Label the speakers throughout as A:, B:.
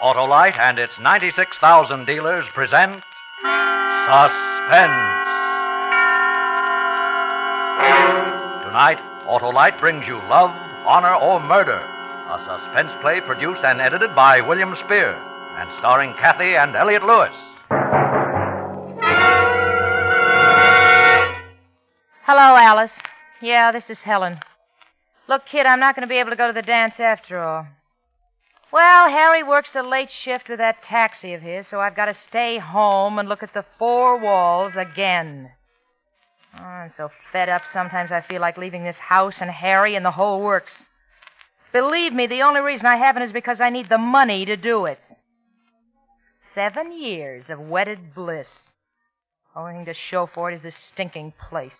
A: Autolite and its 96,000 dealers present Suspense. Tonight, Autolite brings you Love, Honor, or Murder, a suspense play produced and edited by William Spear and starring Kathy and Elliot Lewis.
B: Hello, Alice. Yeah, this is Helen. Look, kid, I'm not going to be able to go to the dance after all. Well, Harry works the late shift with that taxi of his, so I've got to stay home and look at the four walls again. Oh, I'm so fed up sometimes I feel like leaving this house and Harry and the whole works. Believe me, the only reason I haven't is because I need the money to do it. Seven years of wedded bliss. Only thing to show for it is this stinking place.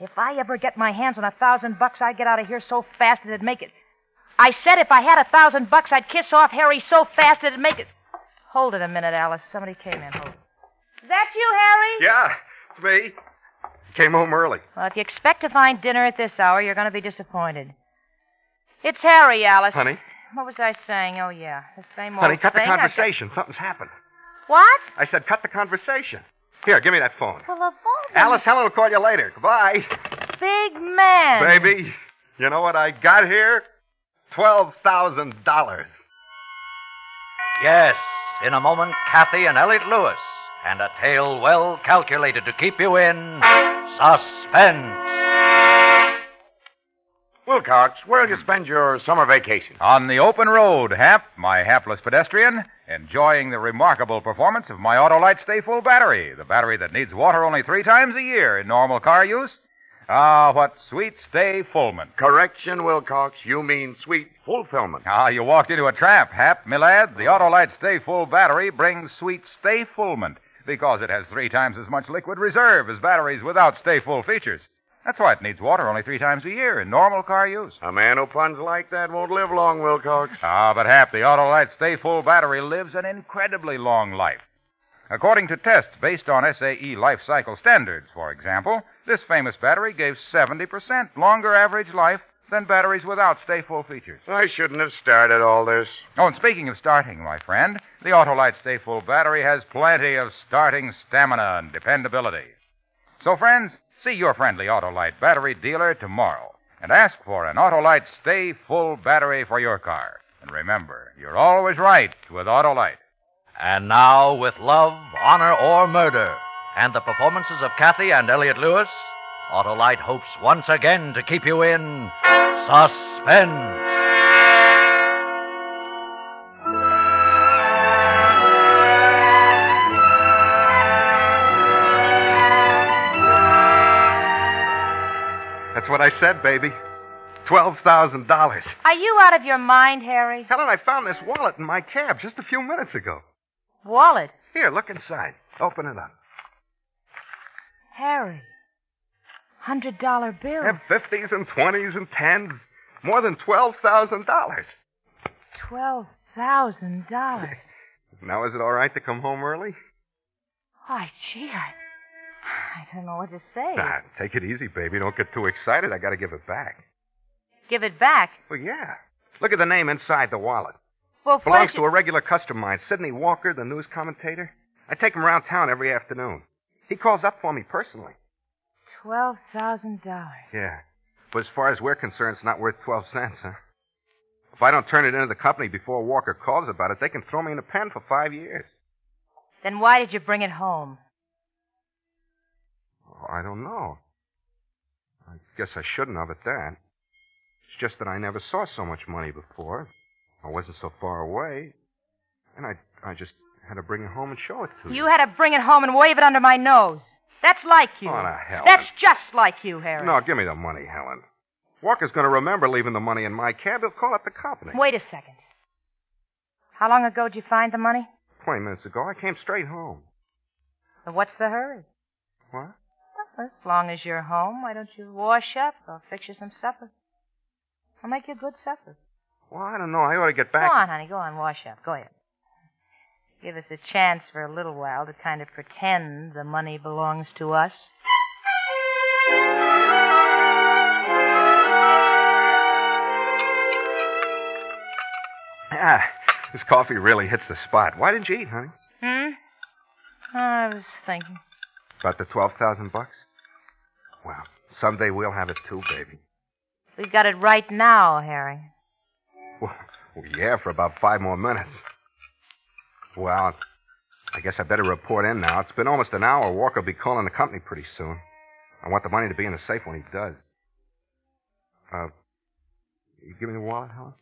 B: If I ever get my hands on a thousand bucks, I'd get out of here so fast that it'd make it. I said if I had a thousand bucks, I'd kiss off Harry so fast that it'd make it. Hold it a minute, Alice. Somebody came in. Hold it. Is that you, Harry?
C: Yeah, it's me. Came home early.
B: Well, if you expect to find dinner at this hour, you're going to be disappointed. It's Harry, Alice.
C: Honey,
B: What was I saying? Oh, yeah. The same old
C: honey, cut the
B: thing. I-
C: conversation. Something's happened.
B: What?
C: I said cut the conversation. Here, give me that phone.
B: Well, of all the
C: Alice, Helen will call you later. Goodbye.
B: Big man.
C: Baby, you know what I got here? $12,000.
A: Yes, in a moment, Kathy and Elliot Lewis, and a tale well calculated to keep you in suspense.
D: Wilcox, where'll you spend your summer vacation?
E: On the open road, Hap, my hapless pedestrian, enjoying the remarkable performance of my Autolite Stay Full battery, the battery that needs water only three times a year in normal car use. Ah, what sweet Stay Fullment.
D: Correction, Wilcox, you mean sweet fulfillment.
E: Ah, you walked into a trap, Hap, me lad. The Autolite Stay Full battery brings sweet Stay Fullment because it has three times as much liquid reserve as batteries without Stay Full features. That's why it needs water only three times a year in normal car use.
D: A man who puns like that won't live long, Wilcox.
E: Ah, but Hap, the Autolite Stay Full battery lives an incredibly long life. According to tests based on SAE life cycle standards, for example, this famous battery gave 70% longer average life than batteries without Stay Full features.
D: I shouldn't have started all this.
E: Oh, and speaking of starting, my friend, the Autolite Stay Full battery has plenty of starting stamina and dependability. So, friends, see your friendly Autolite battery dealer tomorrow and ask for an Autolite Stay Full battery for your car. And remember, you're always right with Autolite.
A: And now, with Love, Honor, or Murder, and the performances of Kathy and Elliot Lewis, Autolite hopes once again to keep you in suspense.
C: That's what I said, baby. $12,000.
B: Are you out of your mind, Harry?
C: Helen, I found this wallet in my cab just a few minutes ago.
B: Wallet.
C: Here, look inside. Open it up.
B: Harry. Hundred dollar bill.
C: Have 50s and 20s and 10s. More than $12,000.
B: Twelve thousand dollars.
C: Now, is it all right to come home early?
B: Why, gee, I, I don't know what to say.
C: Nah, take it easy, baby. Don't get too excited. I gotta give it back.
B: Give it back.
C: Well, yeah. Look at the name inside the wallet.
B: Well,
C: Belongs
B: first
C: to a regular customer of mine, Sidney Walker, the news commentator. I take him around town every afternoon. He calls up for me personally.
B: twelve thousand dollars.
C: Yeah. But as far as we're concerned, it's not worth 12 cents, huh? If I don't turn it into the company before Walker calls about it, they can throw me in the pen for five years.
B: Then why did you bring it home?
C: Oh, I don't know. I guess I shouldn't have at that. It's just that I never saw so much money before. I wasn't so far away. And I, I just had to bring it home and show it to you.
B: Hmm. You had to bring it home and wave it under my nose. That's like you.
C: Oh, now, Helen.
B: That's just like you, Harry.
C: No, give me the money, Helen. Walker's going to remember leaving the money in my cab. He'll call up the company.
B: Wait a second. How long ago did you find the money?
C: Twenty minutes ago, I came straight home.
B: Well, What's the hurry?
C: What?
B: Well, as long as you're home, why don't you wash up? I'll fix you some supper. I'll make you a good supper.
C: Well, I don't know. I ought to get back.
B: Go on, honey. Go on. Wash up. Go ahead. Give us a chance for a little while to kind of pretend the money belongs to us.
C: Ah, This coffee really hits the spot. Why didn't you eat, honey?
B: Hmm? I was thinking.
C: About the 12,000 bucks? Well, someday we'll have it too, baby.
B: We've got it right now, Harry.
C: Well, yeah, for about five more minutes. Well, I guess I better report in now. It's been almost an hour. Walker'll be calling the company pretty soon. I want the money to be in the safe when he does. Uh, you give me the wallet, Helen?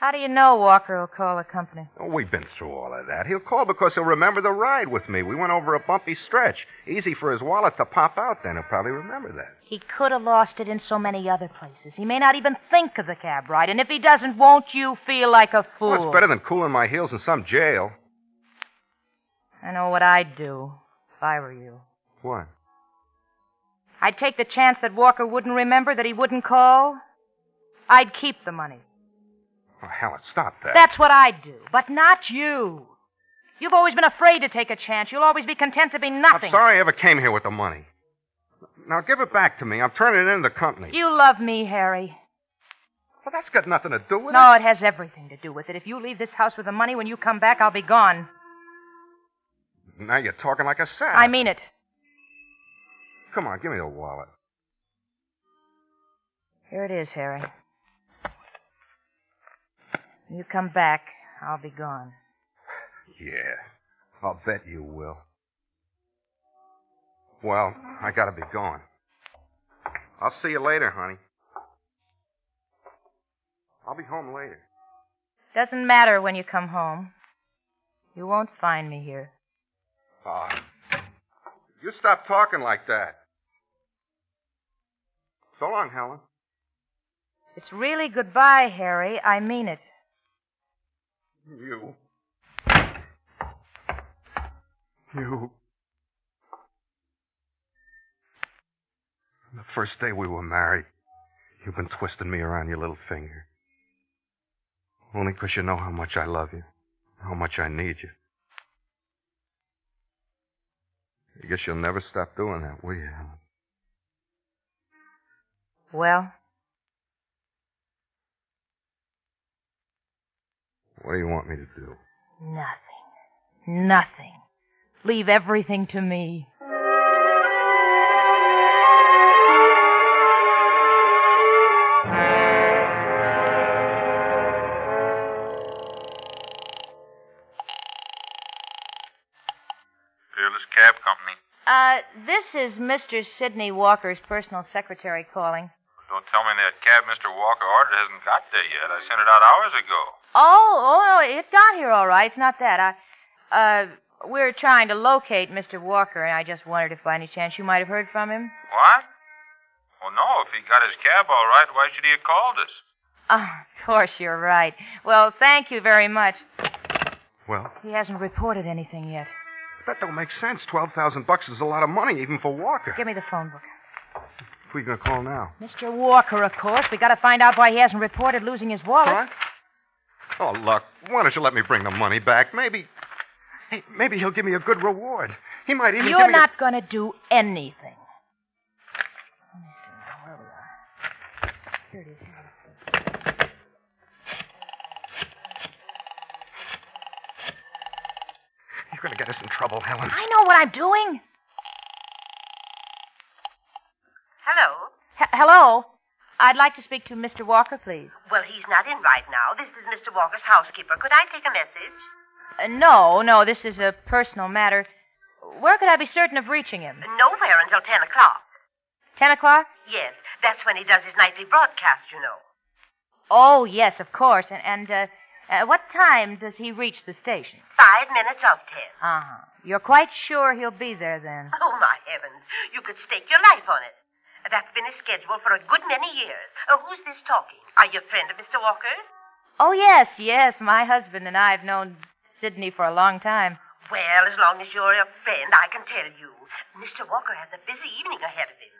B: How do you know Walker will call the company?
C: Oh, we've been through all of that. He'll call because he'll remember the ride with me. We went over a bumpy stretch. Easy for his wallet to pop out then. He'll probably remember that.
B: He could have lost it in so many other places. He may not even think of the cab ride, and if he doesn't, won't you feel like a fool?
C: Well, it's better than cooling my heels in some jail.
B: I know what I'd do if I were you.
C: What?
B: I'd take the chance that Walker wouldn't remember, that he wouldn't call. I'd keep the money.
C: Oh, Helen, stop that.
B: That's what I'd do, but not you. You've always been afraid to take a chance. You'll always be content to be nothing.
C: I'm sorry I ever came here with the money. Now give it back to me. I'm turning it in to the company.
B: You love me, Harry.
C: Well, that's got nothing to do with
B: No,
C: it.
B: it has everything to do with it. If you leave this house with the money when you come back, I'll be gone.
C: Now you're talking like a sap.
B: I mean it.
C: Come on, give me the wallet.
B: Here it is, Harry. When you come back, I'll be gone.
C: Yeah. I'll bet you will. Well, I gotta be going. I'll see you later, honey. I'll be home later.
B: Doesn't matter when you come home. You won't find me here.
C: Ah. You stop talking like that. So long, Helen.
B: It's really goodbye, Harry. I mean it.
C: You. You. The first day we were married, you've been twisting me around your little finger. Only 'cause you know how much I love you, how much I need you. I guess you'll never stop doing that, will you, Helen?
B: Well,
C: What do you want me to do?
B: nothing. Nothing. Leave everything to me.
F: Fearless Cab Company.
B: Uh, this is Mr. Sidney Walker's personal secretary calling.
F: Don't tell me that cab Mr. Walker ordered hasn't got there yet. I sent it out hours ago.
B: Oh, oh, no, it got here all right. It's not that. I, uh, we're trying to locate Mr. Walker, and I just wondered if by any chance you might have heard from him.
F: What? Well, no. If he got his cab all right, why should he have called us?
B: Oh, of course, you're right. Well, thank you very much.
C: Well,
B: He hasn't reported anything yet.
C: that don't make sense. Twelve thousand bucks is a lot of money, even for Walker.
B: Give me the phone book.
C: Who are you gonna call now?
B: Mr. Walker, of course. We gotta find out why he hasn't reported losing his wallet.
C: What? Oh, look, why don't you let me bring the money back? Maybe. Hey, maybe he'll give me a good reward. He might even give
B: You're
C: me
B: not gonna do anything. Let me see now, where we are. Here it is, here it is.
C: A... You're going to get us in trouble, Helen.
B: I know what I'm doing.
G: Hello?
B: H- hello? I'd like to speak to Mr. Walker, please.
G: Well, he's not in right now. This is Mr. Walker's housekeeper. Could I take a message?
B: Uh, no, no, this is a personal matter. Where could I be certain of reaching him?
G: Nowhere until 10 o'clock.
B: Ten o'clock?
G: Yes, that's when he does his nightly broadcast, you know.
B: Oh, yes, of course. And, and uh, at what time does he reach the station?
G: Five minutes of 10.
B: Uh huh. You're quite sure he'll be there then?
G: Oh, my heavens. You could stake your life on it. That's been his schedule for a good many years. Oh, who's this talking? Are you a friend of Mr. Walker?
B: Oh, yes, yes. My husband and I have known Sidney for a long time.
G: Well, as long as you're a friend, I can tell you. Mr. Walker has a busy evening ahead of him.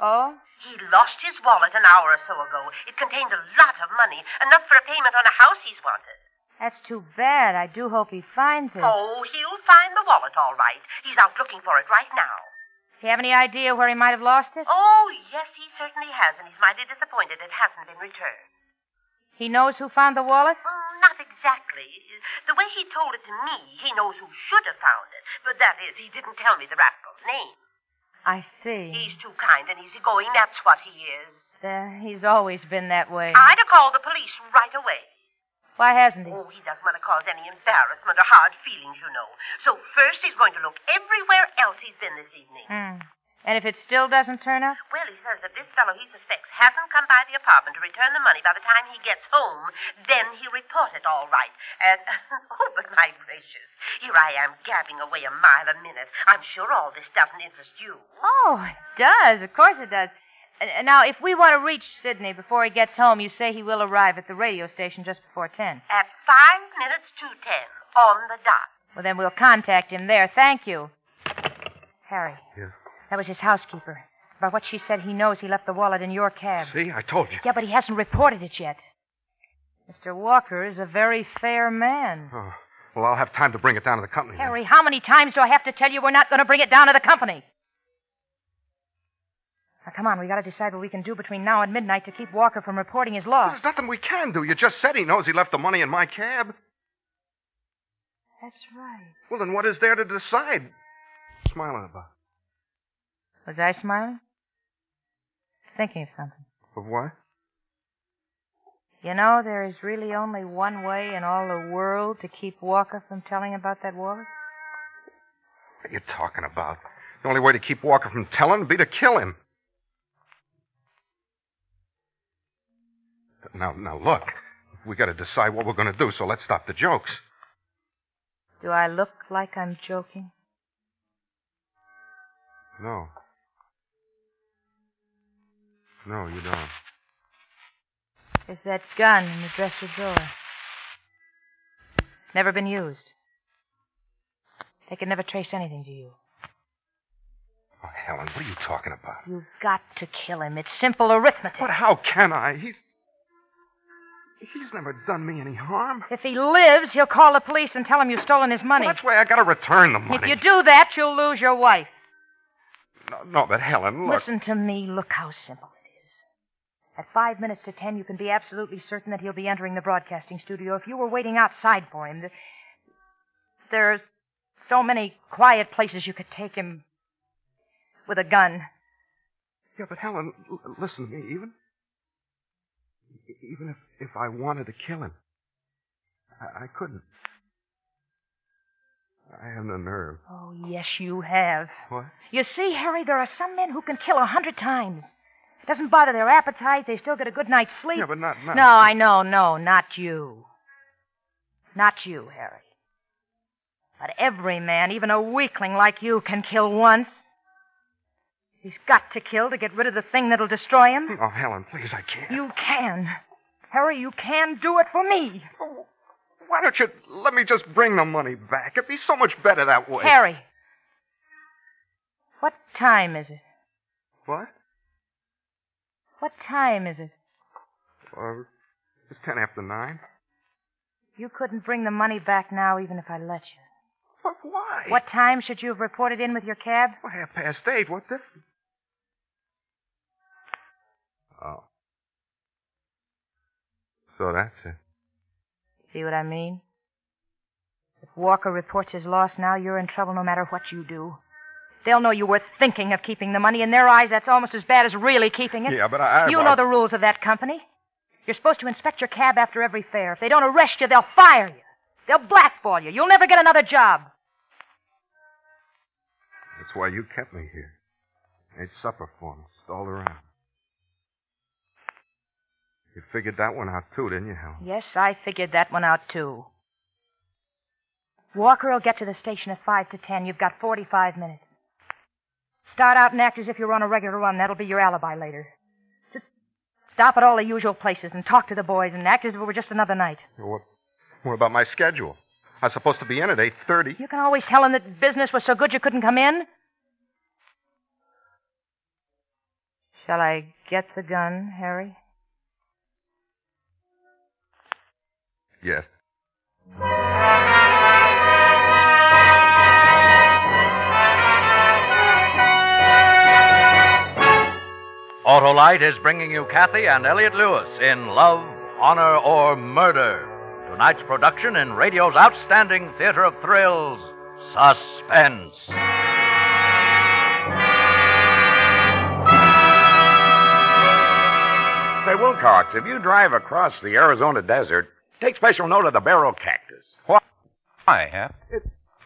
B: Oh?
G: He lost his wallet an hour or so ago. It contained a lot of money, enough for a payment on a house he's wanted.
B: That's too bad. I do hope he finds it.
G: Oh, he'll find the wallet all right. He's out looking for it right now.
B: Do you have any idea where he might have lost it?
G: Oh, yes, he certainly has, and he's mighty disappointed it hasn't been returned.
B: He knows who found the wallet?
G: Well, not exactly. exactly. The way he told it to me, he knows who should have found it. But that is, he didn't tell me the rascal's name.
B: I see.
G: He's too kind and easygoing. That's what he is.
B: Uh, he's always been that way.
G: I'd have called the police right away.
B: Why hasn't he?
G: Oh, he doesn't want to cause any embarrassment or hard feelings, you know. So first he's going to look everywhere else he's been this evening.
B: Hmm. And if it still doesn't turn up?
G: Well, he says that this fellow he suspects hasn't come by the apartment to return the money by the time he gets home. Then he'll report it all right. And, oh, but my gracious, here I am gabbing away a mile a minute. I'm sure all this doesn't interest you.
B: Oh, it does. Of course it does. Uh, Now, if we want to reach Sydney before he gets home, you say he will arrive at the radio station just before 10.
G: At five minutes to ten, on the dot.
B: Well, then we'll contact him there. Thank you. Harry.
C: Yeah.
B: That was his housekeeper. By what she said, he knows he left the wallet in your cab.
C: See, I told you.
B: Yeah, but he hasn't reported it yet. Mr. Walker is a very fair man.
C: Oh, well, I'll have time to bring it down to the company. then.
B: Harry, how many times do I have to tell you we're not going to bring it down to the company? Now, come on, we got to decide what we can do between now and midnight to keep Walker from reporting his loss.
C: There's nothing we can do. You just said he knows he left the money in my cab.
B: That's right.
C: Well, then what is there to decide? Smiling about.
B: Was I smiling? Thinking of something.
C: Of what?
B: You know, there is really only one way in all the world to keep Walker from telling about that wallet.
C: What are you talking about? The only way to keep Walker from telling would be to kill him. Now, now look. We gotta decide what we're gonna do, so let's stop the jokes.
B: Do I look like I'm joking?
C: No. No, you don't.
B: There's that gun in the dresser drawer. Never been used. They could never trace anything to you.
C: Oh, Helen, what are you talking about?
B: You've got to kill him. It's simple arithmetic.
C: But how can I? He's. He's never done me any harm.
B: If he lives, he'll call the police and tell them you've stolen his money.
C: Well, that's why I gotta return the
B: if
C: money.
B: you do that, you'll lose your wife.
C: No, no, but Helen, look.
B: Listen to me. Look how simple it is. At five minutes to ten, you can be absolutely certain that he'll be entering the broadcasting studio. If you were waiting outside for him, th- there are so many quiet places you could take him with a gun.
C: Yeah, but Helen, l- listen to me. Even. Even if, if I wanted to kill him, I, I couldn't. I have no nerve.
B: Oh, yes, you have.
C: What?
B: You see, Harry, there are some men who can kill a hundred times. It doesn't bother their appetite. They still get a good night's sleep.
C: Yeah, but not now.
B: No, I know, no, not you. Not you, Harry. But every man, even a weakling like you, can kill once. He's got to kill to get rid of the thing that'll destroy him.
C: Oh, Helen, please, I can't.
B: You can. Harry, you can do it for me.
C: Oh, why don't you let me just bring the money back? It'd be so much better that way.
B: Harry. What time is it?
C: What?
B: What time is it?
C: Uh, it's ten after nine.
B: You couldn't bring the money back now, even if I let you.
C: But why?
B: What time should you have reported in with your cab?
C: Well, half past eight. What difference? Oh. So that's it.
B: See what I mean? If Walker reports his loss now, you're in trouble no matter what you do. They'll know you were thinking of keeping the money. In their eyes, that's almost as bad as really keeping it.
C: Yeah, but I- I-
B: you know the rules of that company. You're supposed to inspect your cab after every fare. If they don't arrest you, they'll fire you. They'll blackball you. You'll never get another job.
C: That's why you kept me here. Made supper for me. Stalled around. You figured that one out too, didn't you, Helen?
B: Yes, I figured that one out, too. Walker will get to the station at 5 to 10. You've got 45 minutes. Start out and act as if you're on a regular run. That'll be your alibi later. Just stop at all the usual places and talk to the boys and act as if it were just another night.
C: What, what about my schedule? I was supposed to be in at eight thirty.
B: You can always tell them that business was so good you couldn't come in. Shall I get the gun, Harry?
C: Yes.
A: Autolite is bringing you Kathy and Elliot Lewis in Love, Honor, or Murder. Tonight's production in radio's outstanding theater of thrills, Suspense.
D: Say, Wilcox, if you drive across the Arizona desert, take special note of the barrel cactus.
E: I have.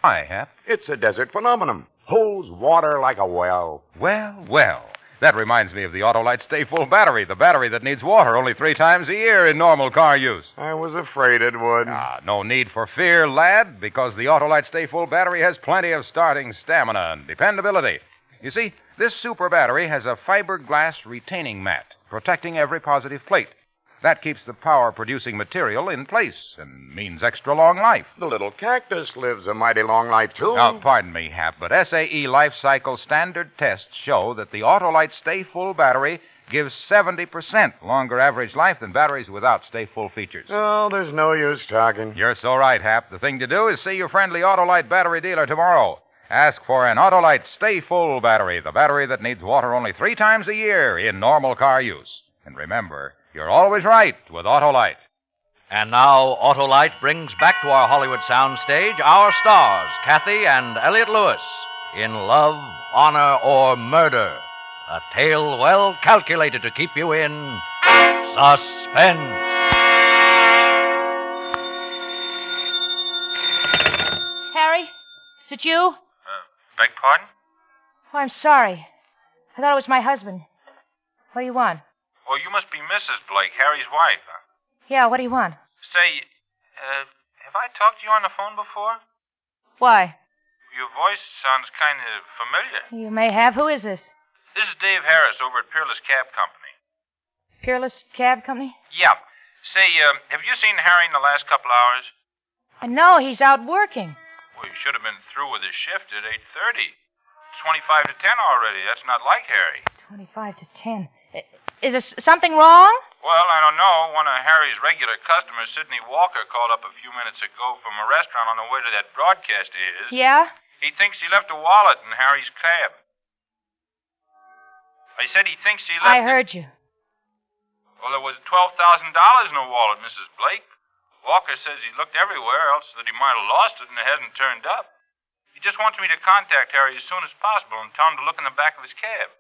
E: I have.
D: It's a desert phenomenon. Holds water like a well.
E: Well, well. That reminds me of the Autolite Stay Full battery, the battery that needs water only three times a year in normal car use.
D: I was afraid it would.
E: Ah, no need for fear, lad, because the Autolite Stay Full battery has plenty of starting stamina and dependability. You see, this super battery has a fiberglass retaining mat protecting every positive plate. That keeps the power producing material in place and means extra long life.
D: The little cactus lives a mighty long life,
C: Oh,
D: too.
E: Now, pardon me, Hap, but SAE life cycle standard tests show that the Autolite Stay Full battery gives 70% longer average life than batteries without Stay Full features.
D: Oh, there's no use talking.
E: You're so right, Hap. The thing to do is see your friendly Autolite battery dealer tomorrow. Ask for an Autolite Stay Full battery, the battery that needs water only three times a year in normal car use. And remember, you're always right with Autolite.
A: And now Autolite brings back to our Hollywood soundstage our stars, Kathy and Elliot Lewis, in Love, Honor, or Murder. A tale well calculated to keep you in suspense.
B: Harry, is it you? Oh,
F: Uh, Beg pardon?
B: I'm sorry. I thought it was my husband. What do you want?
F: Oh, you must be Mrs. Blake, Harry's wife. huh?
B: Yeah, what do you want?
F: Say, uh, have I talked to you on the phone before?
B: Why?
F: Your voice sounds kind of familiar.
B: You may have. Who is this?
F: This is Dave Harris over at Peerless Cab Company.
B: Peerless Cab Company?
F: Yeah. Say, um, have you seen Harry in the last couple hours?
B: Uh, No, he's out working.
F: Well, you should have been through with his shift at 8.30. 25 to 10 already. That's not like Harry.
B: 25 to 10. Uh, Is there s- something wrong?
F: Well, I don't know. One of Harry's regular customers, Sidney Walker, called up a few minutes ago from a restaurant on the way to that broadcast of his.
B: Yeah?
F: He thinks he left a wallet in Harry's cab. I said he thinks he left.
B: I heard you.
F: It. Well, there was twelve thousand dollars in the wallet, Mrs. Blake. Walker says he looked everywhere else that he might have lost it and it hasn't turned up. He just wants me to contact Harry as soon as possible and tell him to look in the back of his cab.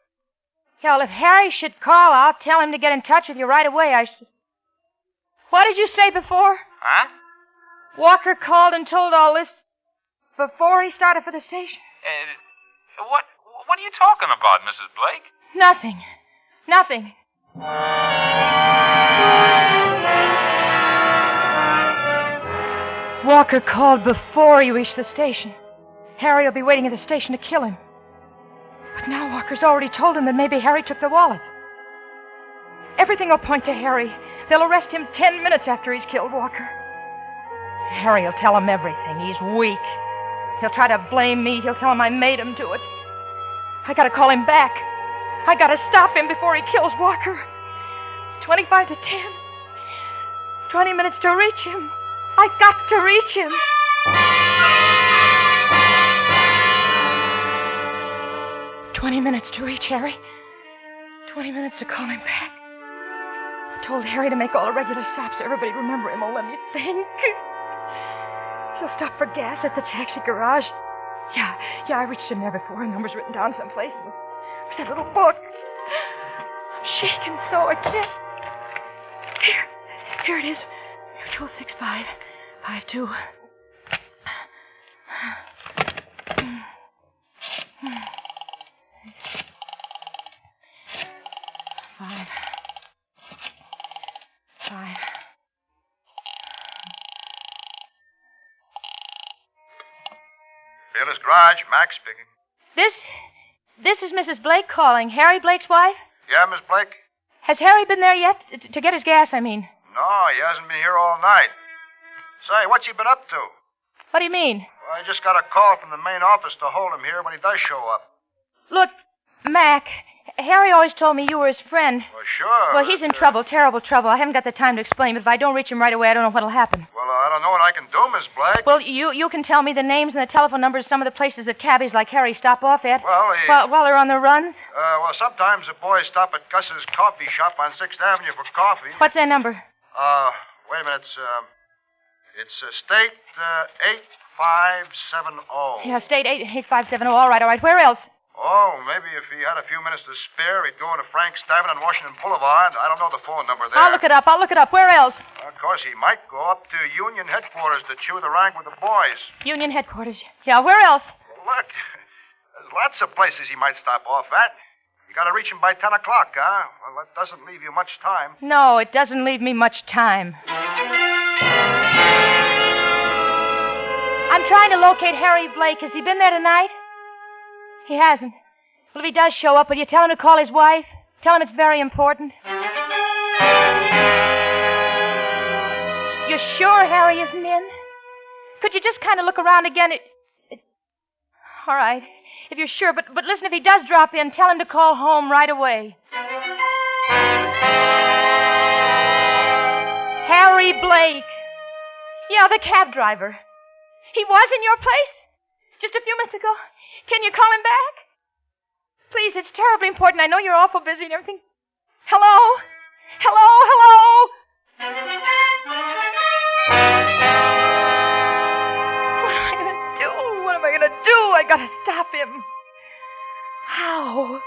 B: Yeah, well, if Harry should call, I'll tell him to get in touch with you right away. I sh- What did you say before?
F: Huh?
B: Walker called and told all this before he started for the station?
F: Uh, what? What are you talking about, Mrs. Blake?
B: Nothing. Nothing. Walker called before you reached the station. Harry will be waiting at the station to kill him. But now Walker's already told him that maybe Harry took the wallet. Everything will point to Harry. They'll arrest him ten minutes after he's killed Walker. Harry will tell him everything. He's weak. He'll try to blame me. He'll tell him I made him do it. I gotta call him back. I gotta stop him before he kills Walker. 25 to 10. 20 minutes to reach him. I got to reach him. Twenty minutes to reach Harry. Twenty minutes to call him back. I told Harry to make all the regular stops so everybody remember him. Oh, let me think. He'll stop for gas at the taxi garage. Yeah, yeah, I reached him there before. A number's written down someplace. There's that little book. I'm shaking so I can't. Here, here it is. Mutual six five five two. Five. Five.
F: Peerless Garage, Max speaking.
B: This, this is Mrs. Blake calling. Harry Blake's wife.
F: Yeah, Miss Blake?
B: Has Harry been there yet? T- To get his gas, I mean.
F: No, he hasn't been here all night. Say, what's he been up to?
B: What do you mean?
F: Well, I just got a call from the main office to hold him here when he does show up.
B: Look, Mac. Harry always told me you were his friend.
F: Well, sure.
B: Well, he's in
F: but, uh,
B: trouble, terrible trouble. I haven't got the time to explain, but if I don't reach him right away, I don't know what'll happen.
F: Well, I don't know what I can do, Miss Blake.
B: Well, you you can tell me the names and the telephone numbers of some of the places that cabbies like Harry stop off at
F: Well, he-
B: while, while they're on the runs.
F: Uh, well, sometimes the boys stop at Gus's coffee shop on 6th Avenue for coffee.
B: What's their number?
F: Uh, wait a minute. It's, um,
C: It's uh, state uh,
F: oh.
C: 8570.
B: Yeah, state 88570. All right, all right. Where else?
C: Oh, maybe if he had a few minutes to spare, he'd go into Frank Stabbin on Washington Boulevard. I don't know the phone number there.
B: I'll look it up. I'll look it up. Where else?
C: Of course, he might go up to Union headquarters to chew the rank with the boys.
B: Union headquarters. Yeah, where else?
C: Look, there's lots of places he might stop off at. You gotta reach him by 10 o'clock, huh? Well, that doesn't leave you much time.
B: No, it doesn't leave me much time. I'm trying to locate Harry Blake. Has he been there tonight? He hasn't. Well, if he does show up, will you tell him to call his wife? Tell him it's very important. You're sure Harry isn't in? Could you just kind of look around again? It, it- all right, if you're sure. But but listen, if he does drop in, tell him to call home right away. Harry Blake. Yeah, the cab driver. He was in your place just a few minutes ago. Can you call him back? Please, it's terribly important. I know you're awful busy and everything. Hello? Hello? Hello? What am I gonna do? What am I gonna do? I gotta stop him. How?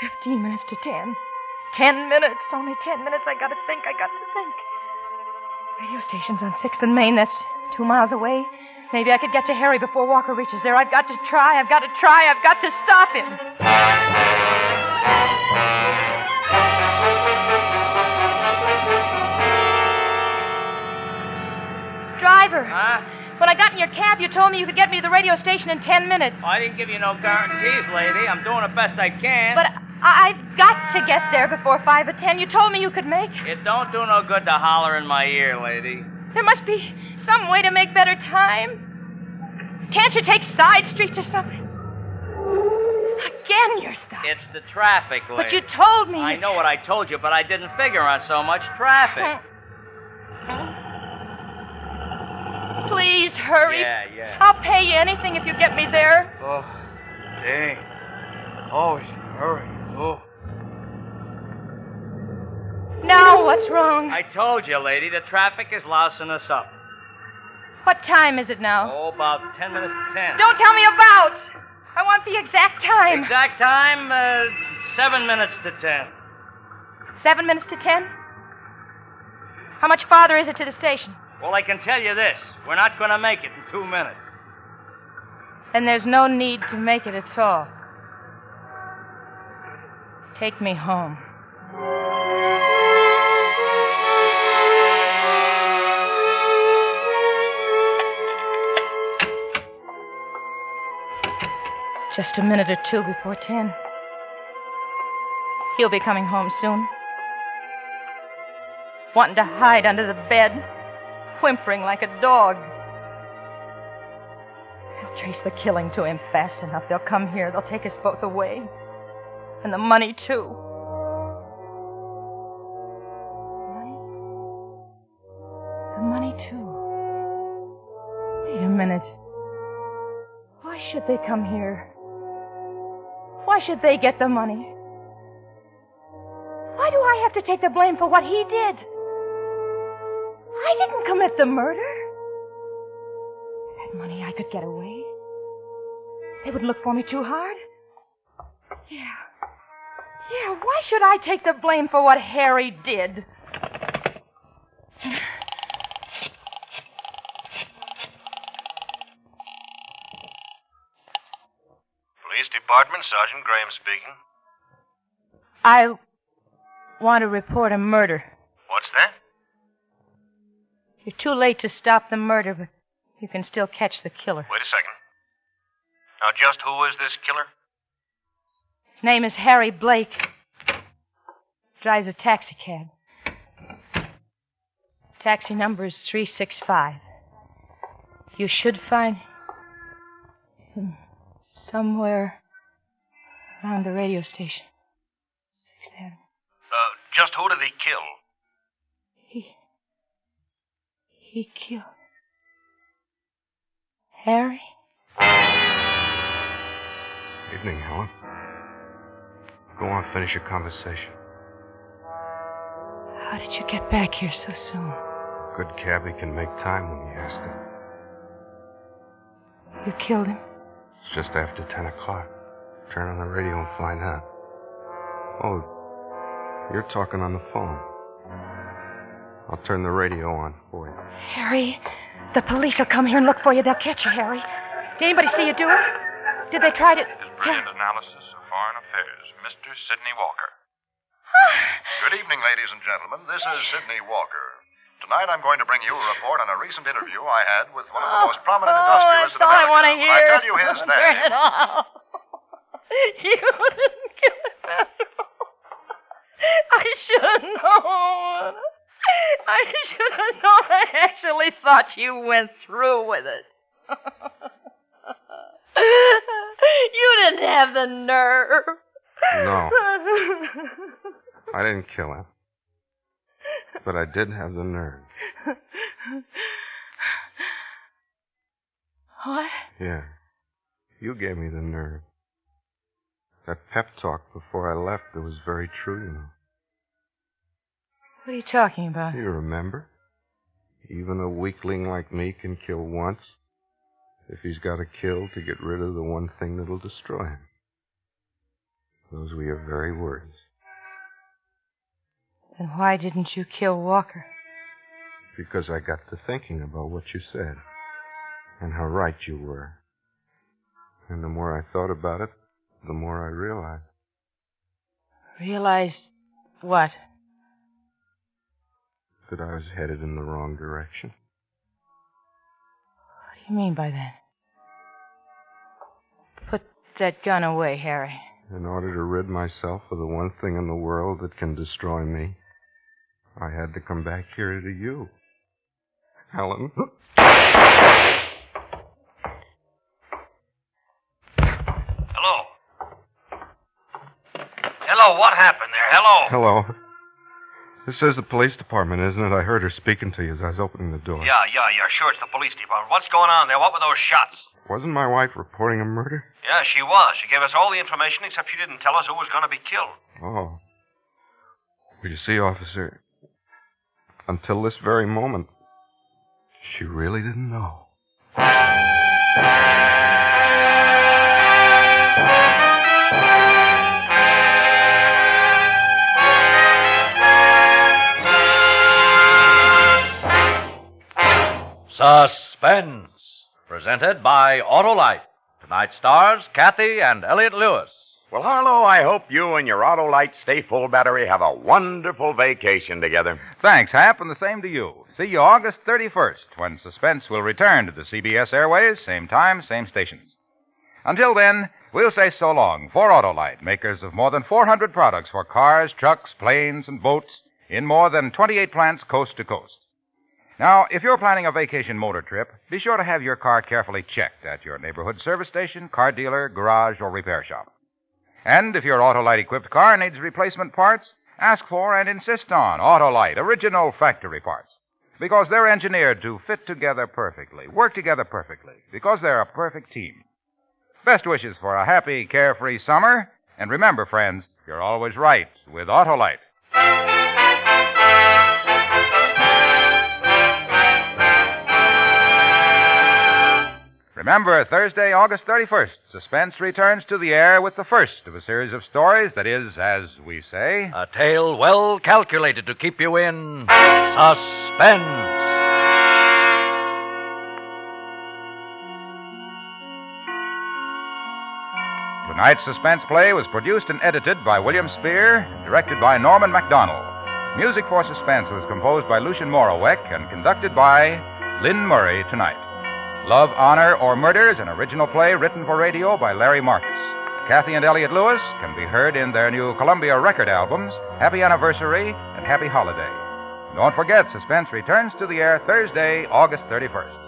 B: Fifteen minutes to ten. Ten minutes. Only ten minutes. I gotta think. I gotta think. Radio station's on 6th and Main. That's two miles away. Maybe I could get to Harry before Walker reaches there. I've got to try. I've got to try. I've got to stop him. Driver. When I got in your cab, you told me you could get me to the radio station in ten minutes.
A: Oh, I didn't give you no guarantees, lady. I'm doing the best I can.
B: But I- I've got to get there before five or ten. You told me you could make.
A: It don't do no good to holler in my ear, lady.
B: There must be some way to make better time. Can't you take side streets or something? Again, you're stuck.
A: It's the traffic, lady.
B: But you told me.
A: I know what I told you, but I didn't figure on so much traffic.
B: Please hurry.
A: Yeah, yeah.
B: I'll pay you anything if you get me there.
H: Oh, dang. Always hurry. Oh.
B: Now what's wrong?
A: I told you, lady, the traffic is lousing us up.
B: What time is it now?
A: Oh, about ten minutes to ten.
B: Don't tell me about. I want the exact time.
A: Oh. Exact time, uh, seven minutes to ten.
B: Seven minutes to ten. How much farther is it to the station?
A: Well, I can tell you this. We're not going to make it in two minutes.
B: Then there's no need to make it at all. Take me home. Just a minute or two before ten. He'll be coming home soon. Wanting to hide under the bed, whimpering like a dog. They'll trace the killing to him fast enough. They'll come here. They'll take us both away. And the money, too. Money? The money, too. Wait a minute. Why should they come here? Why should they get the money? Why do I have to take the blame for what he did? I didn't commit the murder. That money, I could get away. They wouldn't look for me too hard. Yeah. Yeah, why should I take the blame for what Harry did?
I: Police Department, Sergeant Graham speaking.
B: I want to report a murder.
I: What's that?
B: You're too late to stop the murder, but you can still catch the killer.
I: Wait a second. Now, just who is this killer?
B: His name is Harry Blake. Drives a taxicab. Taxi number is 365. You should find him somewhere around the radio station. Sixth Avenue.
I: Uh, just who did he kill?
B: He. He killed. Harry?
J: Evening, Helen. Go on, finish your conversation.
B: How did you get back here so soon?
C: Good cabbie can make time when he has to.
K: You killed him?
C: It's just after 10 o'clock. Turn on the radio and find out. Oh, you're talking on the phone. I'll turn the radio on for you.
K: Harry, the police will come here and look for you. They'll catch you, Harry. Did anybody see you do it? Did they try to.
F: Brilliant analysis of foreign affairs, Mr. Sidney Walker.
L: Good evening, ladies and gentlemen. This is Sidney Walker. Tonight I'm going to bring you a report on a recent interview I had with one of the most prominent
K: Oh,
L: industrialists
K: that's all I
L: in America.
K: wanna
L: I
K: hear.
L: tell you his
K: Turn
L: name.
K: it off. You didn't kill him. I should have known. I should have known. I actually thought you went through with it. you didn't have the nerve.
C: No, I didn't kill him. But I did have the nerve.
K: what?
C: Yeah. You gave me the nerve. That pep talk before I left, it was very true, you know.
B: What are you talking about?
C: You remember? Even a weakling like me can kill once if he's got to kill to get rid of the one thing that'll destroy him. Those were your very words.
B: Then why didn't you kill Walker?
C: Because I got to thinking about what you said and how right you were. And the more I thought about it, the more I realized.
B: Realized what?
C: that I was headed in the wrong direction.
B: What do you mean by that? Put that gun away, Harry.
C: In order to rid myself of the one thing in the world that can destroy me, I had to come back here to you. Helen.
M: Hello. Hello, what happened there? Hello.
C: Hello. This is the police department, isn't it? I heard her speaking to you as I was opening the door.
M: Yeah, yeah, yeah, sure, it's the police department. What's going on there? What were those shots?
C: Wasn't my wife reporting a murder?
M: Yeah, she was. She gave us all the information, except she didn't tell us who was going to be killed.
C: Oh. Well, you see, officer, until this very moment, she really didn't know.
A: Suspense. Presented by Autolite. Tonight stars Kathy and Elliot Lewis.
D: Well, Harlow, I hope you and your Autolite Stay Full battery have a wonderful vacation together.
E: Thanks, Hap, and the same to you. See you August 31st, when Suspense will return to the CBS Airways, same time, same stations. Until then, we'll say so long for Autolite, makers of more than 400 products for cars, trucks, planes, and boats in more than 28 plants coast to coast. Now, if you're planning a vacation motor trip, be sure to have your car carefully checked at your neighborhood service station, car dealer, garage, or repair shop. And if your Autolite equipped car needs replacement parts, ask for and insist on Autolite original factory parts. Because they're engineered to fit together perfectly, work together perfectly, because they're a perfect team. Best wishes for a happy, carefree summer, and remember, friends, you're always right with Autolite. Remember, Thursday, August 31st, Suspense returns to the air with the first of a series of stories that is, as we say,
A: a tale well calculated to keep you in suspense.
E: Tonight's suspense play was produced and edited by William Spear, directed by Norman MacDonald. Music for Suspense was composed by Lucian Morawek and conducted by Lynn Murray tonight. Love, Honor, or Murder is an original play written for radio by Larry Marcus. Kathy and Elliot Lewis can be heard in their new Columbia record albums, Happy Anniversary and Happy Holiday. Don't forget, Suspense returns to the air Thursday, August 31st.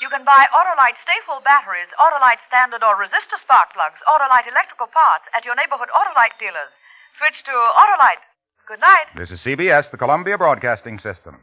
N: You can buy Autolite Stayful batteries, Autolite standard or resistor spark plugs, Autolite electrical parts at your neighborhood Autolite dealers. Switch to Autolite. Good night.
E: This is CBS, the Columbia Broadcasting System.